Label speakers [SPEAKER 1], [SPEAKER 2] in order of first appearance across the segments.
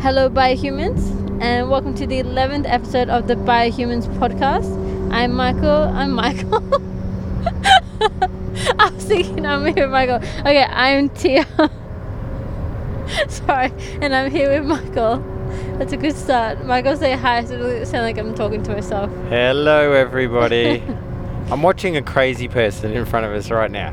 [SPEAKER 1] Hello, biohumans, and welcome to the 11th episode of the Biohumans podcast. I'm Michael. I'm Michael. I was thinking I'm here, with Michael. Okay, I'm Tia. Sorry, and I'm here with Michael. That's a good start. Michael, say hi so it doesn't sound like I'm talking to myself.
[SPEAKER 2] Hello, everybody. I'm watching a crazy person in front of us right now.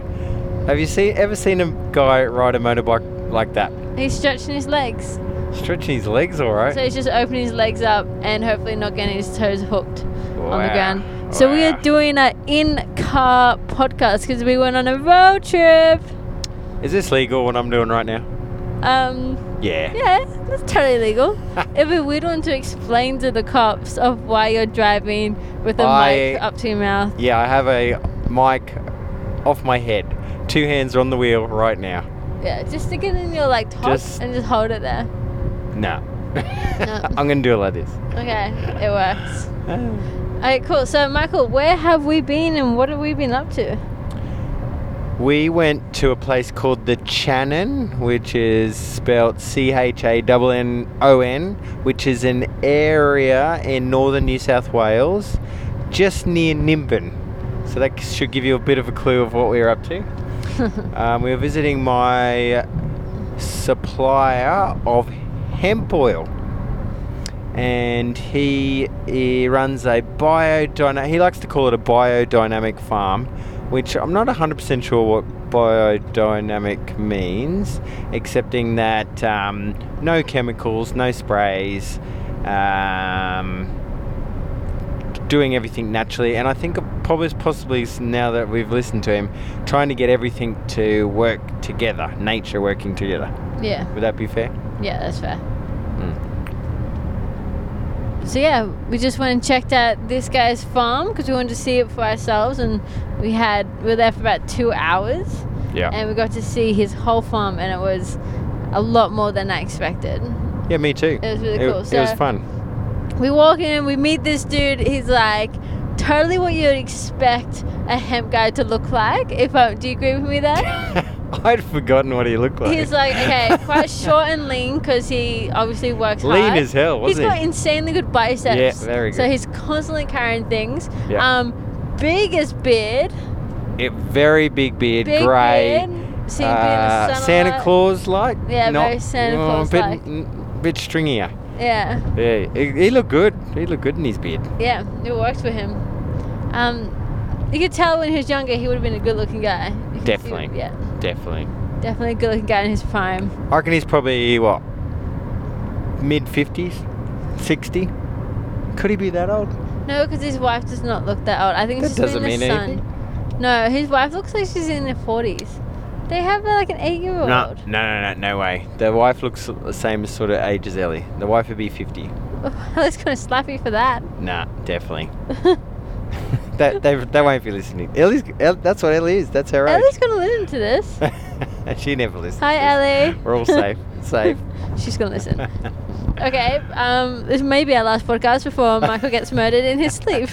[SPEAKER 2] Have you seen ever seen a guy ride a motorbike like that?
[SPEAKER 1] He's stretching his legs.
[SPEAKER 2] Stretching his legs, all right.
[SPEAKER 1] So he's just opening his legs up and hopefully not getting his toes hooked on the
[SPEAKER 2] Wow.
[SPEAKER 1] ground. So we are
[SPEAKER 2] Wow.
[SPEAKER 1] doing an in-car podcast because we went on a road trip.
[SPEAKER 2] Is this legal? What I'm doing right now?
[SPEAKER 1] Um,
[SPEAKER 2] Yeah.
[SPEAKER 1] yeah, that's totally legal. It'd be weird one to explain to the cops of why you're driving with a
[SPEAKER 2] I-
[SPEAKER 1] mic up to your mouth.
[SPEAKER 2] Yeah, I have a mic off my head. Two hands are on the wheel right now.
[SPEAKER 1] Yeah, just stick it in your like top
[SPEAKER 2] Just-
[SPEAKER 1] and just hold it there.
[SPEAKER 2] No. I'm gonna do it like this.
[SPEAKER 1] Okay, it works. Okay, cool. So Michael, where have we been and what have we been up to?
[SPEAKER 2] We went to a place called the Channon, which is spelt C H A N N O N, which is an area in northern New South Wales, just near Nimbin. So that should give you a bit of a clue of what we were up to. um, we were visiting my supplier of hemp oil. And he, he runs a biodynamic, he likes to call it a biodynamic farm, which I'm not 100% sure what biodynamic means, excepting that um, no chemicals, no sprays, um, doing everything naturally. And I think probably possibly s- now that we've listened to him, trying to get everything to work together, nature working together.
[SPEAKER 1] Yeah,
[SPEAKER 2] Would that be fair?
[SPEAKER 1] yeah, that's fair. Mm. So yeah, we just went and checked out this guy's farm because we wanted to see it for ourselves, and we had we were there for about two hours,
[SPEAKER 2] Yeah.
[SPEAKER 1] and we got to see his whole farm, and it was a lot more than I expected.
[SPEAKER 2] Yeah, me too.
[SPEAKER 1] It was really
[SPEAKER 2] it,
[SPEAKER 1] cool.
[SPEAKER 2] It was
[SPEAKER 1] So-
[SPEAKER 2] fun.
[SPEAKER 1] We walk in, we meet this dude. He's like totally what you'd expect a hemp guy to look like. If I, do you agree with me there?
[SPEAKER 2] I'd forgotten what he looked like.
[SPEAKER 1] He's like okay, quite short and lean because he obviously works hard.
[SPEAKER 2] lean as hell,
[SPEAKER 1] He's
[SPEAKER 2] wasn't
[SPEAKER 1] got
[SPEAKER 2] he?
[SPEAKER 1] insanely good biceps.
[SPEAKER 2] Yeah, very
[SPEAKER 1] So
[SPEAKER 2] good.
[SPEAKER 1] he's constantly carrying things.
[SPEAKER 2] Yeah.
[SPEAKER 1] Um, big as beard.
[SPEAKER 2] It, very big beard,
[SPEAKER 1] Big
[SPEAKER 2] grey.
[SPEAKER 1] beard. Seen
[SPEAKER 2] uh,
[SPEAKER 1] being
[SPEAKER 2] Santa Claus like.
[SPEAKER 1] Yeah, very Santa Claus-like.
[SPEAKER 2] bit, mm, bit stringier.
[SPEAKER 1] Yeah,
[SPEAKER 2] Yeah, he, he looked good. He looked good in his beard.
[SPEAKER 1] yeah, it worked for him. Um, you could tell when he was younger he would have been a good-looking guy. You could see-
[SPEAKER 2] Definitely.
[SPEAKER 1] yeah,
[SPEAKER 2] Definitely.
[SPEAKER 1] definitely a good-looking guy in his prime.
[SPEAKER 2] I reckon he's probably what? Mid fifties, sixty. Could he be that old?
[SPEAKER 1] No, because his wife does not look that old. I think it's
[SPEAKER 2] That
[SPEAKER 1] just
[SPEAKER 2] doesn't
[SPEAKER 1] been the
[SPEAKER 2] mean
[SPEAKER 1] son.
[SPEAKER 2] anything.
[SPEAKER 1] No, his wife looks like she's in her forties. They have like an eight-year-old.
[SPEAKER 2] No, no, no, no, no way. The wife looks the same sort of age as Ellie. The wife would be fifty.
[SPEAKER 1] Oh, I was gonna slap you for that.
[SPEAKER 2] Nah, definitely. that they, they won't be listening. Ellie's El, that's what Ellie is. That's her
[SPEAKER 1] Ellie's gonna listen to this.
[SPEAKER 2] age. she never listens.
[SPEAKER 1] Hi,
[SPEAKER 2] to this.
[SPEAKER 1] Ellie.
[SPEAKER 2] We're all safe. safe.
[SPEAKER 1] She's gonna listen. Okay, um, this may be our last podcast before Michael gets murdered in his sleep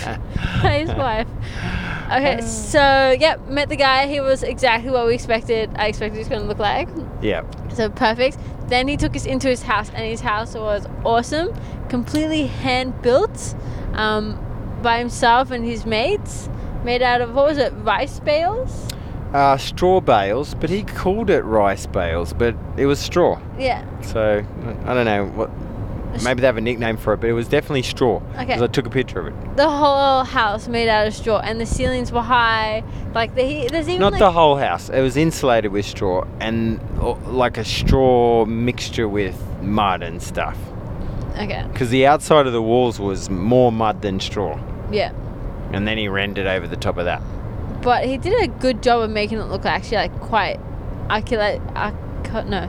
[SPEAKER 1] by his wife.
[SPEAKER 2] Um,
[SPEAKER 1] Okay, so yep, met the guy. He was exactly what we expected. I expected he was gonna look like.
[SPEAKER 2] Yeah.
[SPEAKER 1] So perfect. Then he took us into his house, and his house was awesome, completely hand built, um, by himself and his mates, made out of what was it, rice bales?
[SPEAKER 2] Uh, straw bales, but he called it rice bales, but it was straw.
[SPEAKER 1] Yeah.
[SPEAKER 2] So I don't know what. Maybe they have a nickname for it, but it was definitely straw.
[SPEAKER 1] Okay.
[SPEAKER 2] Because I took a picture of it.
[SPEAKER 1] The whole house made out of straw, and the ceilings were high. Like the he there's even
[SPEAKER 2] Not
[SPEAKER 1] like,
[SPEAKER 2] the whole house. It was insulated with straw and uh, like a straw mixture with mud and stuff.
[SPEAKER 1] Okay.
[SPEAKER 2] Because the outside of the walls was more mud than straw.
[SPEAKER 1] Yeah.
[SPEAKER 2] And then he rendered over the top of that.
[SPEAKER 1] But he did a good job of making it look actually like quite arculate. Arcu- no.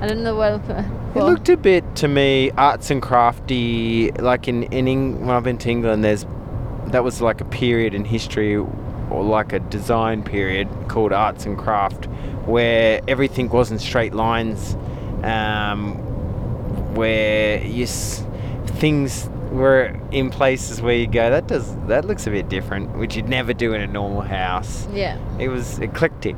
[SPEAKER 1] I don't know the word. I'm looking
[SPEAKER 2] It
[SPEAKER 1] for.
[SPEAKER 2] looked a bit to me arts and crafty. Like in, in Eng- when I've been to England, there's that was like a period in history or like a design period called arts and craft where everything wasn't straight lines. Um, where you s- things were in places where you go that does that looks a bit different which you'd never do in a normal house
[SPEAKER 1] Yeah.
[SPEAKER 2] it was eclectic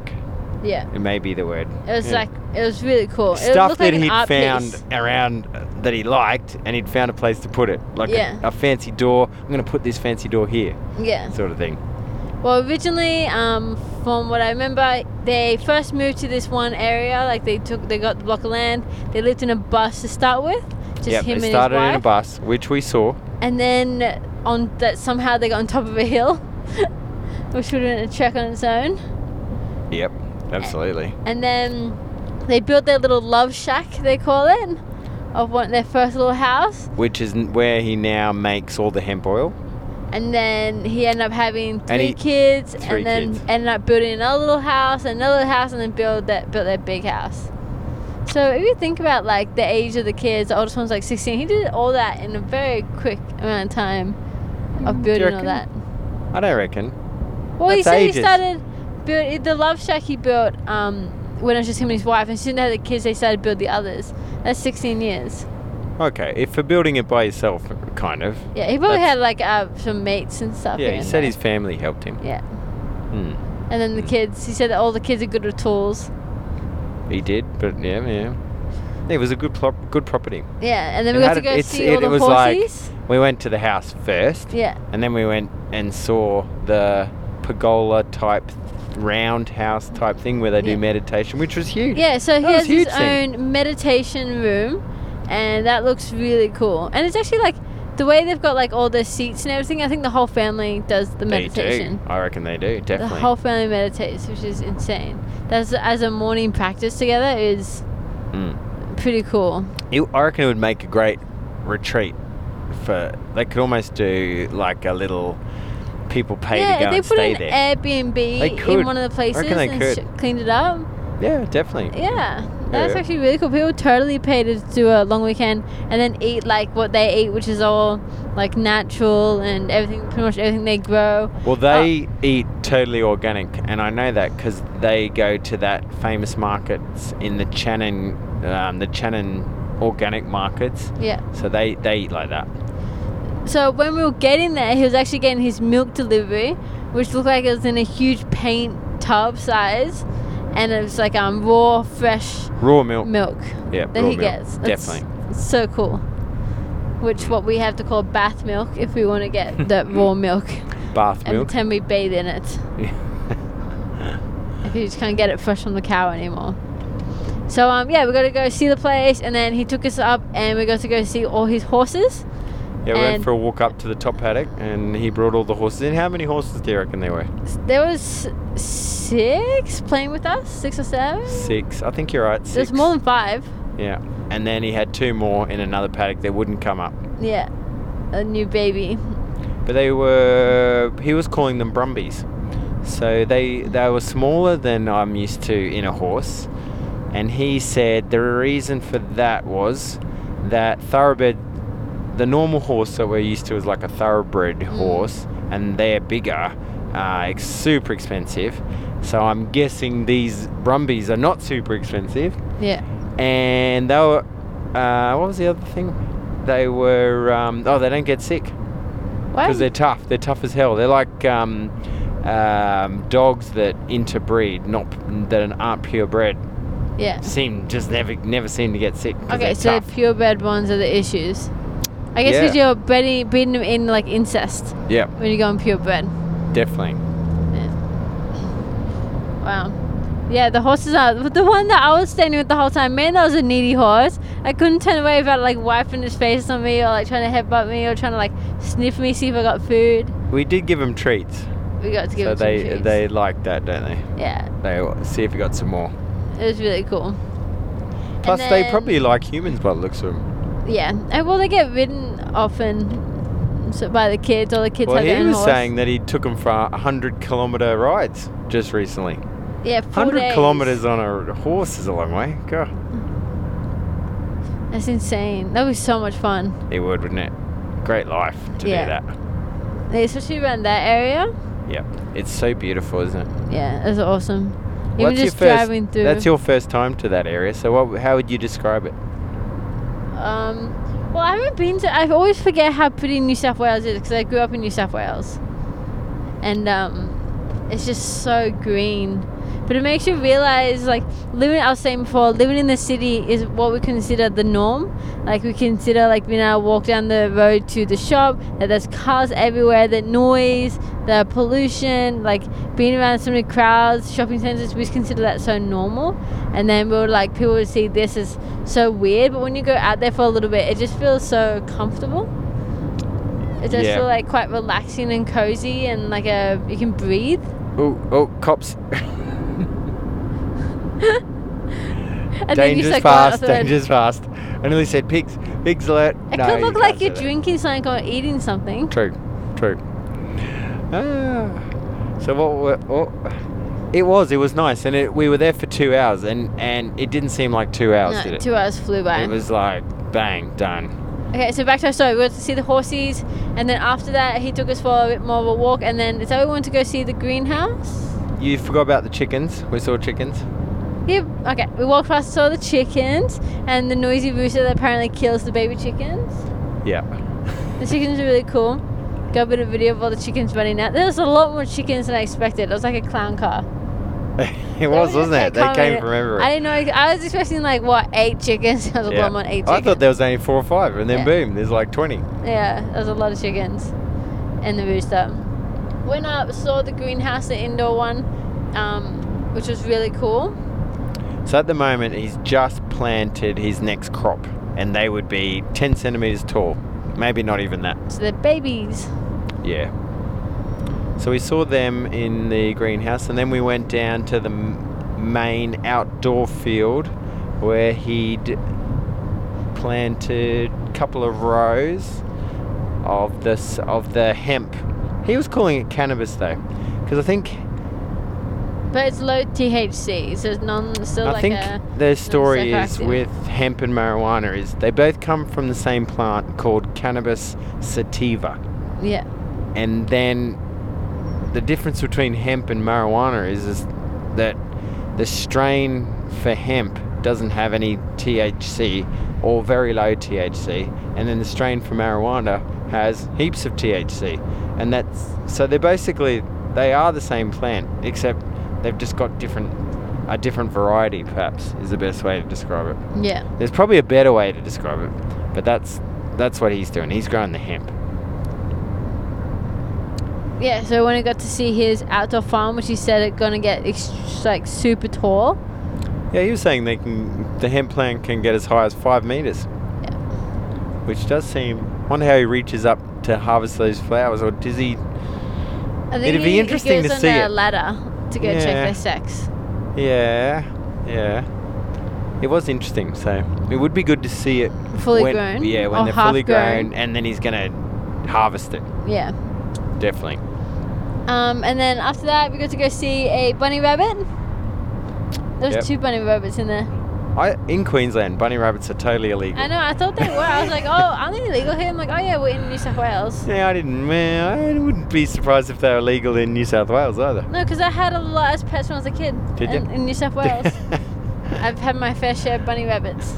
[SPEAKER 1] Yeah.
[SPEAKER 2] it may be the word
[SPEAKER 1] It was
[SPEAKER 2] Yeah.
[SPEAKER 1] like it was really cool. it
[SPEAKER 2] stuff
[SPEAKER 1] looked like
[SPEAKER 2] that
[SPEAKER 1] an
[SPEAKER 2] he'd
[SPEAKER 1] art
[SPEAKER 2] found
[SPEAKER 1] Piece.
[SPEAKER 2] around uh, that he liked and he'd found a place to put it. Like a-
[SPEAKER 1] Yeah.
[SPEAKER 2] a, fancy door. I'm going to put this fancy door here,
[SPEAKER 1] Yeah.
[SPEAKER 2] sort of thing.
[SPEAKER 1] Well, originally, um, from what I remember, they first moved to this one area. Like they took, they got the block of land. They lived in a bus to start with, just
[SPEAKER 2] yep,
[SPEAKER 1] him
[SPEAKER 2] it
[SPEAKER 1] and
[SPEAKER 2] started
[SPEAKER 1] his wife.
[SPEAKER 2] in a bus, which we saw.
[SPEAKER 1] And then on that somehow they got on top of a hill, which wouldn't check on its own.
[SPEAKER 2] Yep, absolutely.
[SPEAKER 1] And then they built their little love shack, they call it, of one, their first little house.
[SPEAKER 2] Which is n- where he now makes all the hemp oil.
[SPEAKER 1] And then he ended up having three
[SPEAKER 2] And he-
[SPEAKER 1] kids,
[SPEAKER 2] three
[SPEAKER 1] and then
[SPEAKER 2] kids.
[SPEAKER 1] ended up building another little house, another house, and then build that built their big house. So if you think about like the age of the kids, the oldest one's like 16. He did all that in a very quick amount of time of
[SPEAKER 2] Mm, do you
[SPEAKER 1] building all
[SPEAKER 2] reckon?
[SPEAKER 1] that.
[SPEAKER 2] I don't reckon.
[SPEAKER 1] Well, he
[SPEAKER 2] That's
[SPEAKER 1] said he
[SPEAKER 2] ages.
[SPEAKER 1] started build the love shack he built um, when it was just him and his wife, and as soon as they had the kids, they started to build the others. That's 16 years.
[SPEAKER 2] Okay, if for building it by yourself, kind of.
[SPEAKER 1] Yeah, he probably
[SPEAKER 2] That's-
[SPEAKER 1] had like uh, some mates and stuff.
[SPEAKER 2] Yeah,
[SPEAKER 1] here
[SPEAKER 2] he
[SPEAKER 1] and
[SPEAKER 2] said
[SPEAKER 1] there.
[SPEAKER 2] his family helped him.
[SPEAKER 1] Yeah,
[SPEAKER 2] Hmm.
[SPEAKER 1] and then the kids. He said that all the kids are good with tools.
[SPEAKER 2] He did, but yeah, yeah. It was a good plop, good property.
[SPEAKER 1] Yeah, and then
[SPEAKER 2] It
[SPEAKER 1] we got
[SPEAKER 2] had
[SPEAKER 1] to
[SPEAKER 2] a-
[SPEAKER 1] go
[SPEAKER 2] it's-
[SPEAKER 1] see
[SPEAKER 2] it-
[SPEAKER 1] all the
[SPEAKER 2] it was like-
[SPEAKER 1] horses.
[SPEAKER 2] We went to the house first,
[SPEAKER 1] yeah,
[SPEAKER 2] and then we went and saw the pergola type, round house type thing where they do
[SPEAKER 1] Yeah.
[SPEAKER 2] meditation, which was huge.
[SPEAKER 1] yeah. So he
[SPEAKER 2] That was
[SPEAKER 1] has his
[SPEAKER 2] huge thing.
[SPEAKER 1] own meditation room, and that looks really cool. And it's actually like the way they've got like all the seats and everything. I think the whole family does the
[SPEAKER 2] They
[SPEAKER 1] meditation.
[SPEAKER 2] do. I reckon they do. Definitely.
[SPEAKER 1] The whole family meditates, which is insane. That's as a morning practice together is
[SPEAKER 2] Mm.
[SPEAKER 1] pretty cool.
[SPEAKER 2] It- I reckon it would make a great retreat for. They could almost do like a little people pay
[SPEAKER 1] yeah,
[SPEAKER 2] to
[SPEAKER 1] if
[SPEAKER 2] go
[SPEAKER 1] they
[SPEAKER 2] and
[SPEAKER 1] put
[SPEAKER 2] stay
[SPEAKER 1] an
[SPEAKER 2] there.
[SPEAKER 1] Airbnb in
[SPEAKER 2] could.
[SPEAKER 1] one of the
[SPEAKER 2] I
[SPEAKER 1] places
[SPEAKER 2] reckon they
[SPEAKER 1] and sh- cleaned it up.
[SPEAKER 2] yeah, definitely.
[SPEAKER 1] Yeah, that's
[SPEAKER 2] yeah.
[SPEAKER 1] actually really cool. People totally pay to do a long weekend and then eat like what they eat, which is all like natural and everything, pretty much everything they grow.
[SPEAKER 2] Well, they
[SPEAKER 1] Oh.
[SPEAKER 2] eat totally organic, and I know that because they go to that famous markets in the Channon, um, the Channon organic markets.
[SPEAKER 1] Yeah.
[SPEAKER 2] So they they eat like that.
[SPEAKER 1] So when we were getting there, he was actually getting his milk delivery, which looked like it was in a huge paint tub size, and it was like um raw fresh
[SPEAKER 2] Raw milk.
[SPEAKER 1] milk
[SPEAKER 2] Yeah,
[SPEAKER 1] that
[SPEAKER 2] raw
[SPEAKER 1] he
[SPEAKER 2] milk.
[SPEAKER 1] gets. That's
[SPEAKER 2] Definitely.
[SPEAKER 1] so cool. Which what we have to call bath milk if we want to get the raw milk
[SPEAKER 2] Bath
[SPEAKER 1] every
[SPEAKER 2] milk.
[SPEAKER 1] time we bathe in it. If you just can't get it fresh from the cow anymore. So um yeah, we got to go see the place, and then he took us up, and we got to go see all his horses.
[SPEAKER 2] Yeah, we went
[SPEAKER 1] And-
[SPEAKER 2] for a walk up to the top paddock, and he brought all the horses in. How many horses do you reckon there were?
[SPEAKER 1] There was six playing with us, six or seven.
[SPEAKER 2] Six. I think you're right. Six.
[SPEAKER 1] There's more than five.
[SPEAKER 2] Yeah. And then he had two more in another paddock that wouldn't come up.
[SPEAKER 1] Yeah, a new baby.
[SPEAKER 2] But they were he was calling them Brumbies. So they they were smaller than I'm used to in a horse. And he said the reason for that was that thoroughbred the normal horse that we're used to is like a thoroughbred horse and they're bigger. Uh, it's super expensive. So I'm guessing these Brumbies are not super expensive
[SPEAKER 1] Yeah,
[SPEAKER 2] and they were uh, what was the other thing they were um, oh they don't get sick
[SPEAKER 1] why?
[SPEAKER 2] because they're tough they're tough as hell they're like um, um, dogs that interbreed not that aren't purebred
[SPEAKER 1] yeah.
[SPEAKER 2] seem just never never seem to get sick 'cause
[SPEAKER 1] Okay,
[SPEAKER 2] they're
[SPEAKER 1] so
[SPEAKER 2] tough.
[SPEAKER 1] purebred ones are the issues. I guess because
[SPEAKER 2] Yeah.
[SPEAKER 1] you're breeding, breeding them in like incest
[SPEAKER 2] yeah
[SPEAKER 1] when you go on purebred.
[SPEAKER 2] definitely
[SPEAKER 1] Wow. Yeah, the horses are the one that I was standing with the whole time. Man, that was a needy horse. I couldn't turn away without like wiping his face on me or like trying to headbutt me or trying to like sniff me, see if I got food.
[SPEAKER 2] we did give them treats
[SPEAKER 1] We got to give
[SPEAKER 2] so
[SPEAKER 1] him some
[SPEAKER 2] they
[SPEAKER 1] treats.
[SPEAKER 2] they like that don't they
[SPEAKER 1] yeah.
[SPEAKER 2] they will see if we got some more
[SPEAKER 1] It was really cool. And
[SPEAKER 2] plus they
[SPEAKER 1] then-
[SPEAKER 2] probably like humans by the looks of them
[SPEAKER 1] yeah. And well, they get ridden often so by the kids, or the kids
[SPEAKER 2] well
[SPEAKER 1] have their
[SPEAKER 2] he
[SPEAKER 1] own
[SPEAKER 2] was
[SPEAKER 1] horse.
[SPEAKER 2] saying that he took them for 100 kilometer rides just recently
[SPEAKER 1] yeah, four
[SPEAKER 2] 100
[SPEAKER 1] days.
[SPEAKER 2] kilometres on a horse is a long way. God.
[SPEAKER 1] That's insane. That was so much fun,
[SPEAKER 2] It would, wouldn't it? Great life to
[SPEAKER 1] Yeah.
[SPEAKER 2] do that.
[SPEAKER 1] especially around that area.
[SPEAKER 2] Yep. It's so beautiful, isn't it?
[SPEAKER 1] Yeah, it was awesome. Even
[SPEAKER 2] What's
[SPEAKER 1] just
[SPEAKER 2] your first,
[SPEAKER 1] driving through.
[SPEAKER 2] That's your first time to that area, so what, how would you describe it?
[SPEAKER 1] Um, well, I haven't been to. I always forget how pretty New South Wales is because I grew up in New South Wales, and um, it's just so green. But it makes you realize, like, living, I was saying before, living in the city is what we consider the norm. Like, we consider, like, when I walk down the road to the shop, that there's cars everywhere, the noise, the pollution, like, being around so many crowds, shopping centers, we just consider that so normal. And then we would, like, people would see this as so weird. But when you go out there for a little bit, it just feels so comfortable. It does
[SPEAKER 2] Yeah.
[SPEAKER 1] feel like quite relaxing and cozy, and like a you can breathe.
[SPEAKER 2] Oh, oh, cops.
[SPEAKER 1] And
[SPEAKER 2] dangerous
[SPEAKER 1] circle out
[SPEAKER 2] fast,
[SPEAKER 1] of the road.
[SPEAKER 2] dangerous fast. I nearly said pigs. Pigs alert.
[SPEAKER 1] It
[SPEAKER 2] no,
[SPEAKER 1] could
[SPEAKER 2] you
[SPEAKER 1] look like
[SPEAKER 2] can't say
[SPEAKER 1] you're
[SPEAKER 2] that.
[SPEAKER 1] drinking something or eating something.
[SPEAKER 2] True, true. Ah, so what, were- what? It was. It was nice, and it, we were there for two hours, and and it didn't seem like two hours,
[SPEAKER 1] No,
[SPEAKER 2] did it?
[SPEAKER 1] two hours flew by.
[SPEAKER 2] It was like bang done.
[SPEAKER 1] okay, so back to our story. We went to see the horses, and then after that, he took us for a bit more of a walk, and then so we went to go see the greenhouse.
[SPEAKER 2] You forgot about the chickens. We saw chickens.
[SPEAKER 1] Yep. Okay, we walked past, saw the chickens, and the noisy rooster that apparently kills the baby chickens.
[SPEAKER 2] Yeah.
[SPEAKER 1] The chickens are really cool. Got a bit of video of all the chickens running out. There was a lot more chickens than I expected. It was like a clown car.
[SPEAKER 2] it was, wasn't it? They came from
[SPEAKER 1] I
[SPEAKER 2] everywhere.
[SPEAKER 1] didn't know. I was expecting like what eight chickens. I was like,
[SPEAKER 2] Yeah.
[SPEAKER 1] well, I'm on eight. Chickens.
[SPEAKER 2] I thought there was only four or five, and then
[SPEAKER 1] Yeah.
[SPEAKER 2] boom, there's like twenty.
[SPEAKER 1] Yeah, there's a lot of chickens and the rooster. Went up, saw the greenhouse, the indoor one, um, which was really cool.
[SPEAKER 2] So at the moment, he's just planted his next crop, and they would be 10 centimeters tall. Maybe not even that.
[SPEAKER 1] So the babies.
[SPEAKER 2] Yeah. So we saw them in the greenhouse, and then we went down to the m- main outdoor field where he'd planted a couple of rows of this of the hemp. He was calling it cannabis though, because I think
[SPEAKER 1] But it's low THC, so it's non still
[SPEAKER 2] I
[SPEAKER 1] like
[SPEAKER 2] think
[SPEAKER 1] a
[SPEAKER 2] the story is
[SPEAKER 1] psychoactive.
[SPEAKER 2] with hemp and marijuana is they both come from the same plant called cannabis sativa.
[SPEAKER 1] yeah.
[SPEAKER 2] And then the difference between hemp and marijuana is, is that the strain for hemp doesn't have any THC or very low THC, and then the strain for marijuana has heaps of THC. And that's so they're basically they are the same plant, except they've just got different a different variety perhaps is the best way to describe it.
[SPEAKER 1] Yeah.
[SPEAKER 2] There's probably a better way to describe it, but that's that's what he's doing. He's growing the hemp.
[SPEAKER 1] Yeah, so when I got to see his outdoor farm, which he said it gonna get ex- like super tall.
[SPEAKER 2] Yeah, he was saying they can the hemp plant can get as high as five meters.
[SPEAKER 1] Yeah.
[SPEAKER 2] Which does seem. Wonder how he reaches up to harvest those flowers, or does he?
[SPEAKER 1] I think
[SPEAKER 2] It'd be
[SPEAKER 1] he- he
[SPEAKER 2] interesting to
[SPEAKER 1] goes on
[SPEAKER 2] see
[SPEAKER 1] a
[SPEAKER 2] it.
[SPEAKER 1] ladder to go check
[SPEAKER 2] Yeah.
[SPEAKER 1] their sex.
[SPEAKER 2] Yeah, yeah. It was interesting, so it would be good to see it
[SPEAKER 1] Fully
[SPEAKER 2] when-
[SPEAKER 1] grown.
[SPEAKER 2] Yeah, when
[SPEAKER 1] or
[SPEAKER 2] they're
[SPEAKER 1] half
[SPEAKER 2] fully grown, and then he's gonna harvest it.
[SPEAKER 1] Yeah.
[SPEAKER 2] Definitely.
[SPEAKER 1] Um, and then after that, we got to go see a bunny rabbit. There's
[SPEAKER 2] Yep.
[SPEAKER 1] two bunny rabbits in there.
[SPEAKER 2] I in Queensland, bunny rabbits are totally illegal.
[SPEAKER 1] I know. I thought they were. I was like, oh, aren't they illegal here? I'm like, oh yeah, we're in New South Wales.
[SPEAKER 2] Yeah, I didn't. Man, I wouldn't be surprised if they were legal in New South Wales either.
[SPEAKER 1] No, because I had a lot as pets when I was a kid.
[SPEAKER 2] Did
[SPEAKER 1] in,
[SPEAKER 2] ya?
[SPEAKER 1] in New South Wales, I've had my fair share of bunny rabbits.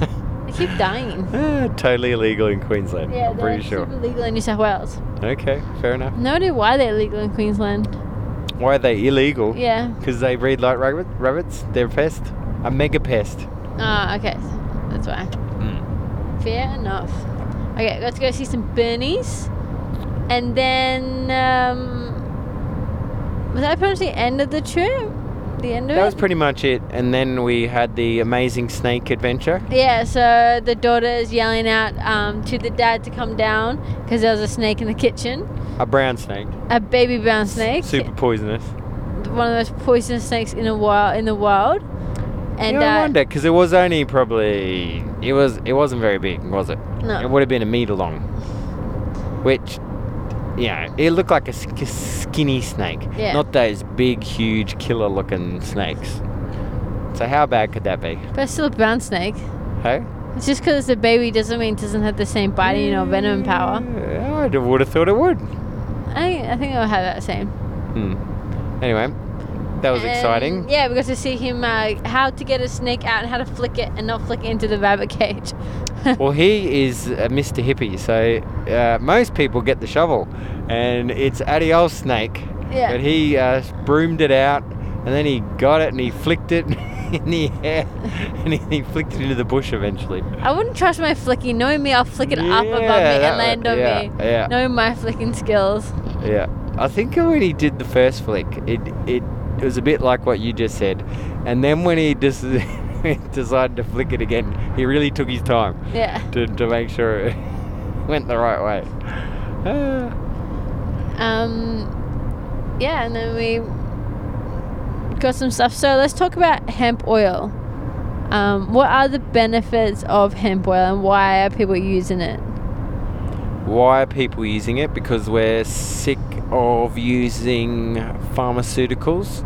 [SPEAKER 1] They keep dying.
[SPEAKER 2] Ah, totally illegal in Queensland.
[SPEAKER 1] Yeah,
[SPEAKER 2] I'm
[SPEAKER 1] they're
[SPEAKER 2] pretty sure.
[SPEAKER 1] super legal in New South Wales.
[SPEAKER 2] Okay, fair enough.
[SPEAKER 1] No idea why they're legal in Queensland.
[SPEAKER 2] Why are they illegal?
[SPEAKER 1] Yeah.
[SPEAKER 2] Because they breed like rabbit, rabbits. They're a pest. A mega pest.
[SPEAKER 1] Ah, okay. That's why. Mm. Fair enough. Okay, let's go see some Bernies. And then, um, was that pretty much the end of the trip? The end of
[SPEAKER 2] That
[SPEAKER 1] it?
[SPEAKER 2] was pretty much it. And then we had the amazing snake adventure.
[SPEAKER 1] yeah, so the daughter is yelling out um, to the dad to come down because there was a snake in the kitchen.
[SPEAKER 2] A brown snake.
[SPEAKER 1] A baby brown snake.
[SPEAKER 2] Super poisonous.
[SPEAKER 1] One of the most poisonous snakes in the world. In the world. And
[SPEAKER 2] yeah, I
[SPEAKER 1] uh,
[SPEAKER 2] wonder because it was only probably it was it wasn't very big, was it?
[SPEAKER 1] No.
[SPEAKER 2] It would have been a meter long, which yeah, it looked like a sk- skinny snake,
[SPEAKER 1] Yeah.
[SPEAKER 2] not those big, huge, killer-looking snakes. So how bad could that be?
[SPEAKER 1] but it's still a brown snake.
[SPEAKER 2] Hey.
[SPEAKER 1] It's just because it's a baby doesn't mean it doesn't have the same biting or venom power.
[SPEAKER 2] Mm. Yeah, I would have thought it would.
[SPEAKER 1] I, I think I'll have that same.
[SPEAKER 2] Hmm. Anyway, that was
[SPEAKER 1] And,
[SPEAKER 2] exciting.
[SPEAKER 1] Um, Yeah, we got to see him uh, how to get a snake out and how to flick it and not flick it into the rabbit cage.
[SPEAKER 2] Well, he is a Mr. Hippie, so uh, most people get the shovel, and it's adios snake.
[SPEAKER 1] Yeah.
[SPEAKER 2] But he uh, broomed it out And then he got it and he flicked it in the air and he, he flicked it into the bush eventually.
[SPEAKER 1] I wouldn't trust my flicking. Knowing me, I'll flick it up above me
[SPEAKER 2] Yeah, that
[SPEAKER 1] and land
[SPEAKER 2] one-
[SPEAKER 1] on
[SPEAKER 2] yeah,
[SPEAKER 1] me.
[SPEAKER 2] Yeah.
[SPEAKER 1] Knowing my flicking skills.
[SPEAKER 2] Yeah, I think when he did the first flick, it it, it was a bit like what you just said, and then when he just decided to flick it again, he really took his time
[SPEAKER 1] Yeah.
[SPEAKER 2] to, to make sure it went the right way. Ah,
[SPEAKER 1] Um, yeah, and then we got some stuff. So let's talk about hemp oil. Um, what are the benefits of hemp oil and why are people using it?
[SPEAKER 2] why are people using it? Because we're sick of using pharmaceuticals,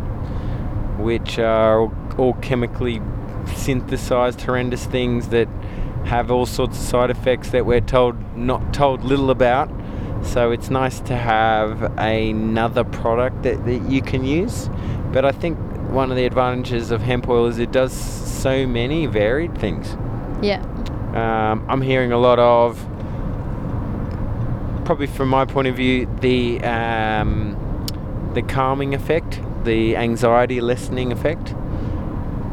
[SPEAKER 2] which are all, all chemically synthesized horrendous things that have all sorts of side effects that we're told not told little about. So it's nice to have another product that, that you can use. But I think one of the advantages of hemp oil is it does so many varied things.
[SPEAKER 1] Yeah.
[SPEAKER 2] Um, I'm hearing a lot of, probably from my point of view, the um, the calming effect, the anxiety lessening effect.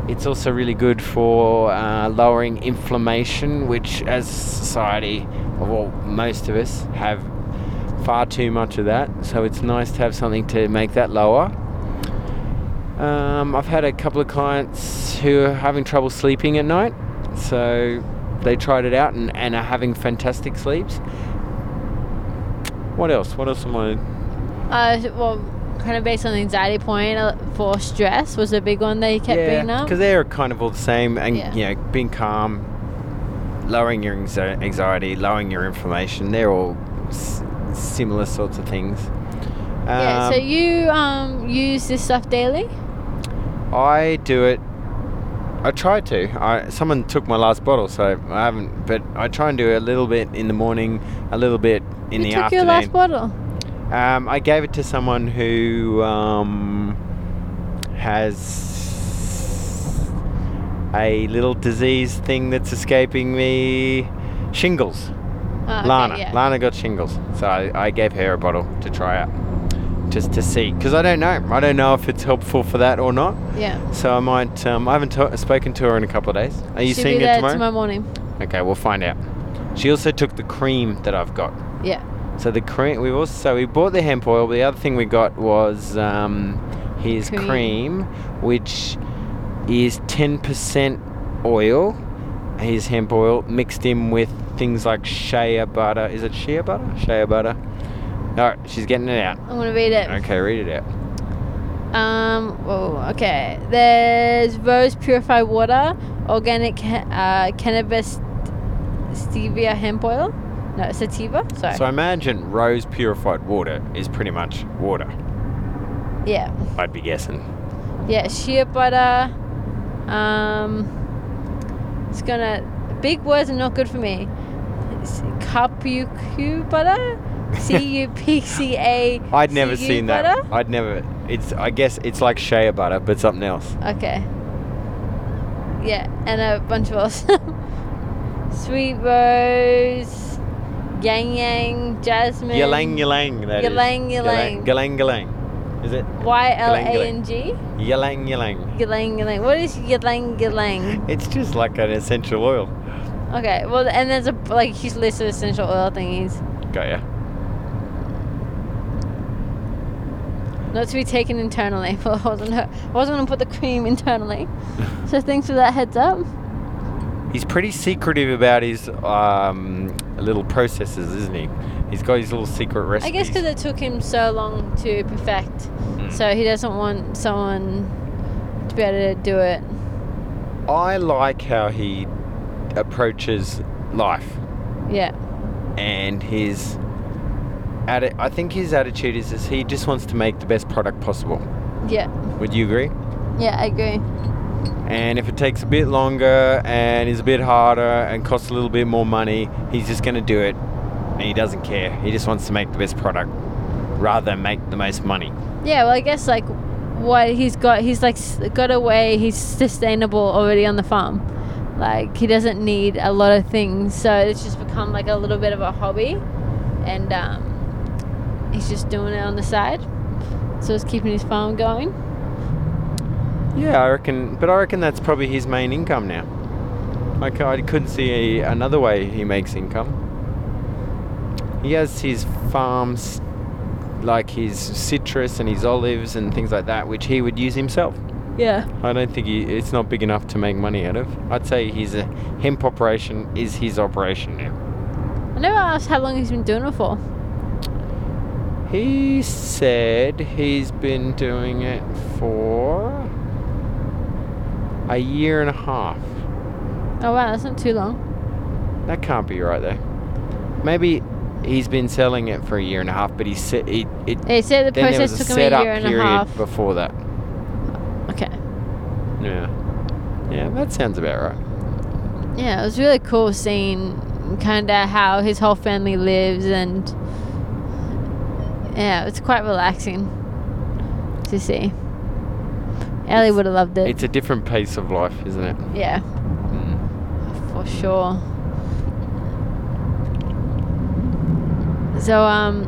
[SPEAKER 2] It's also really good for uh, lowering inflammation, which, as society, well, most of us have far too much of that. So it's nice to have something to make that lower. Um, I've had a couple of clients who are having trouble sleeping at night, so they tried it out and, and are having fantastic sleeps. What else? What else am I?
[SPEAKER 1] Uh, well, kind of based on the anxiety point uh, for stress was a big one they kept bringing up.
[SPEAKER 2] because they're kind of all the same, and
[SPEAKER 1] Yeah.
[SPEAKER 2] you know, being calm, lowering your anxi- anxiety, lowering your inflammation. They're all s- similar sorts of things.
[SPEAKER 1] yeah. So
[SPEAKER 2] Um,
[SPEAKER 1] you um use this stuff daily?
[SPEAKER 2] I do it. I try to. I someone took my last bottle, so I haven't. But I try and do a little bit in the morning, a little bit in
[SPEAKER 1] you
[SPEAKER 2] the
[SPEAKER 1] took
[SPEAKER 2] afternoon.
[SPEAKER 1] your last bottle.
[SPEAKER 2] um, I gave it to someone who um, has a little disease thing that's escaping me, shingles.
[SPEAKER 1] Oh, okay,
[SPEAKER 2] Lana.
[SPEAKER 1] yeah.
[SPEAKER 2] Lana got shingles, so I, I gave her a bottle to try out, just to see, because I don't know. I don't know if it's helpful for that or not.
[SPEAKER 1] Yeah.
[SPEAKER 2] So I might. Um, I haven't to- spoken to her in a couple of days. Are you
[SPEAKER 1] She'll
[SPEAKER 2] seeing
[SPEAKER 1] be
[SPEAKER 2] her
[SPEAKER 1] there
[SPEAKER 2] tomorrow?
[SPEAKER 1] tomorrow morning.
[SPEAKER 2] Okay, we'll find out. She also took the cream that I've got.
[SPEAKER 1] Yeah.
[SPEAKER 2] So the cream. We also. So we bought the hemp oil. The other thing we got was um, his
[SPEAKER 1] Cream.
[SPEAKER 2] cream. which is ten percent oil. His hemp oil mixed in with things like shea butter. Is it shea butter? Shea butter. All right, she's getting it out.
[SPEAKER 1] I'm gonna read it.
[SPEAKER 2] Okay, read it out.
[SPEAKER 1] Um. Whoa. Okay. There's rose purified water, organic ca- uh, cannabis, stevia hemp oil. No, sativa. Sorry.
[SPEAKER 2] So I imagine rose purified water is pretty much water.
[SPEAKER 1] Yeah.
[SPEAKER 2] I'd be guessing.
[SPEAKER 1] Yeah. Shea butter. Um. It's gonna. Big words are not good for me. It's Capucu butter. C U P C A.
[SPEAKER 2] I'd never
[SPEAKER 1] C U
[SPEAKER 2] seen
[SPEAKER 1] butter?
[SPEAKER 2] that. I'd never. It's. I guess it's like shea butter, but something else.
[SPEAKER 1] Okay. Yeah, and a bunch of us. Sweet Rose, Yang Yang, Jasmine.
[SPEAKER 2] Ylang ylang. That is.
[SPEAKER 1] Ylang ylang.
[SPEAKER 2] Ylang ylang. Is it
[SPEAKER 1] Y L A N G?
[SPEAKER 2] ylang ylang?
[SPEAKER 1] Ylang Ylang. What is Ylang Ylang?
[SPEAKER 2] It's just like an essential oil.
[SPEAKER 1] Okay, well, and there's a like huge list of essential oil thingies.
[SPEAKER 2] Got ya.
[SPEAKER 1] Not to be taken internally. Well, I wasn't, I wasn't going to put the cream internally. So thanks for that heads up.
[SPEAKER 2] He's pretty secretive about his um, little processes, isn't he? He's got his little secret
[SPEAKER 1] I
[SPEAKER 2] recipes.
[SPEAKER 1] guess because it took him so long to perfect.
[SPEAKER 2] Mm.
[SPEAKER 1] So he doesn't want someone to be able to do it.
[SPEAKER 2] I like how he approaches life.
[SPEAKER 1] Yeah.
[SPEAKER 2] and his atti- I think his attitude is, is he just wants to make the best product possible.
[SPEAKER 1] Yeah,
[SPEAKER 2] Would you agree?
[SPEAKER 1] yeah, I agree.
[SPEAKER 2] And if it takes a bit longer and is a bit harder and costs a little bit more money, he's just going to do it and he doesn't care. He just wants to make the best product rather than make the most money.
[SPEAKER 1] Yeah, well, I guess like what he's got, he's like s- got a way. He's sustainable already on the farm. Like he doesn't need a lot of things, so it's just become like a little bit of a hobby, and um, he's just doing it on the side. So it's keeping his farm going.
[SPEAKER 2] Yeah, I reckon. But I reckon that's probably his main income now. Like I couldn't see another way he makes income. He has his farms, like his citrus and his olives and things like that, which he would use himself.
[SPEAKER 1] Yeah.
[SPEAKER 2] I don't think he, it's not big enough to make money out of. I'd say his uh, hemp operation is his operation now.
[SPEAKER 1] I never asked how long he's been doing it for.
[SPEAKER 2] He said he's been doing it for a year and a half.
[SPEAKER 1] Oh wow, that's not too long.
[SPEAKER 2] That can't be right though. Maybe he's been selling it for a year and a half, but he said it. it
[SPEAKER 1] He said the
[SPEAKER 2] then there was
[SPEAKER 1] process
[SPEAKER 2] a
[SPEAKER 1] took him a
[SPEAKER 2] setup
[SPEAKER 1] year and
[SPEAKER 2] period
[SPEAKER 1] a half.
[SPEAKER 2] before that.
[SPEAKER 1] Okay.
[SPEAKER 2] Yeah, yeah, that sounds about right.
[SPEAKER 1] Yeah, it was really cool seeing kind of how his whole family lives, and yeah, it's quite relaxing to see. Ellie
[SPEAKER 2] It's-
[SPEAKER 1] would have loved it.
[SPEAKER 2] It's a different pace of life, isn't it?
[SPEAKER 1] yeah, for sure. So um,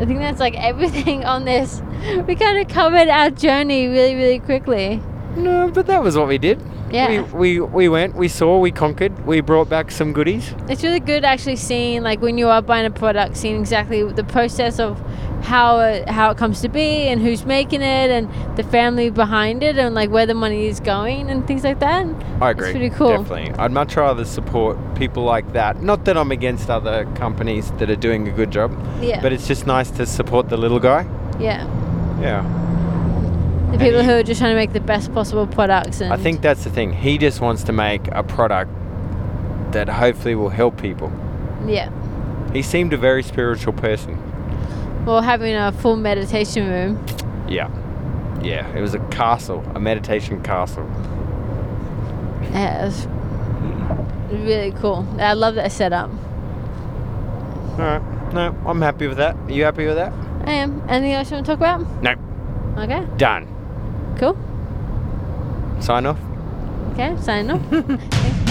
[SPEAKER 1] I think that's like everything on this. We kind of covered our journey really, really quickly.
[SPEAKER 2] No, but that was what we did.
[SPEAKER 1] Yeah.
[SPEAKER 2] We, we we went, we saw, we conquered, we brought back some goodies.
[SPEAKER 1] it's really good actually seeing like when you are buying a product seeing exactly the process of how it, how it comes to be and who's making it and the family behind it and like where the money is going and things like that
[SPEAKER 2] I
[SPEAKER 1] It's
[SPEAKER 2] agree.
[SPEAKER 1] pretty cool.
[SPEAKER 2] Definitely. I'd much rather support people like that. Not that I'm against other companies that are doing a good job,
[SPEAKER 1] yeah
[SPEAKER 2] but it's just nice to support the little guy.
[SPEAKER 1] yeah
[SPEAKER 2] Yeah.
[SPEAKER 1] the
[SPEAKER 2] and
[SPEAKER 1] people
[SPEAKER 2] you-
[SPEAKER 1] who are just trying to make the best possible products and
[SPEAKER 2] I think that's the thing. He just wants to make a product that hopefully will help people.
[SPEAKER 1] yeah
[SPEAKER 2] He seemed a very spiritual person.
[SPEAKER 1] well having a full meditation room
[SPEAKER 2] Yeah. Yeah. It was a castle, a meditation castle.
[SPEAKER 1] yeah, it's really cool I love that setup
[SPEAKER 2] All right. No, I'm happy with that. Are you happy with that?
[SPEAKER 1] I am anything else you want to talk about
[SPEAKER 2] No.
[SPEAKER 1] okay
[SPEAKER 2] Done.
[SPEAKER 1] cool
[SPEAKER 2] Sign off.
[SPEAKER 1] okay sign off Thank you.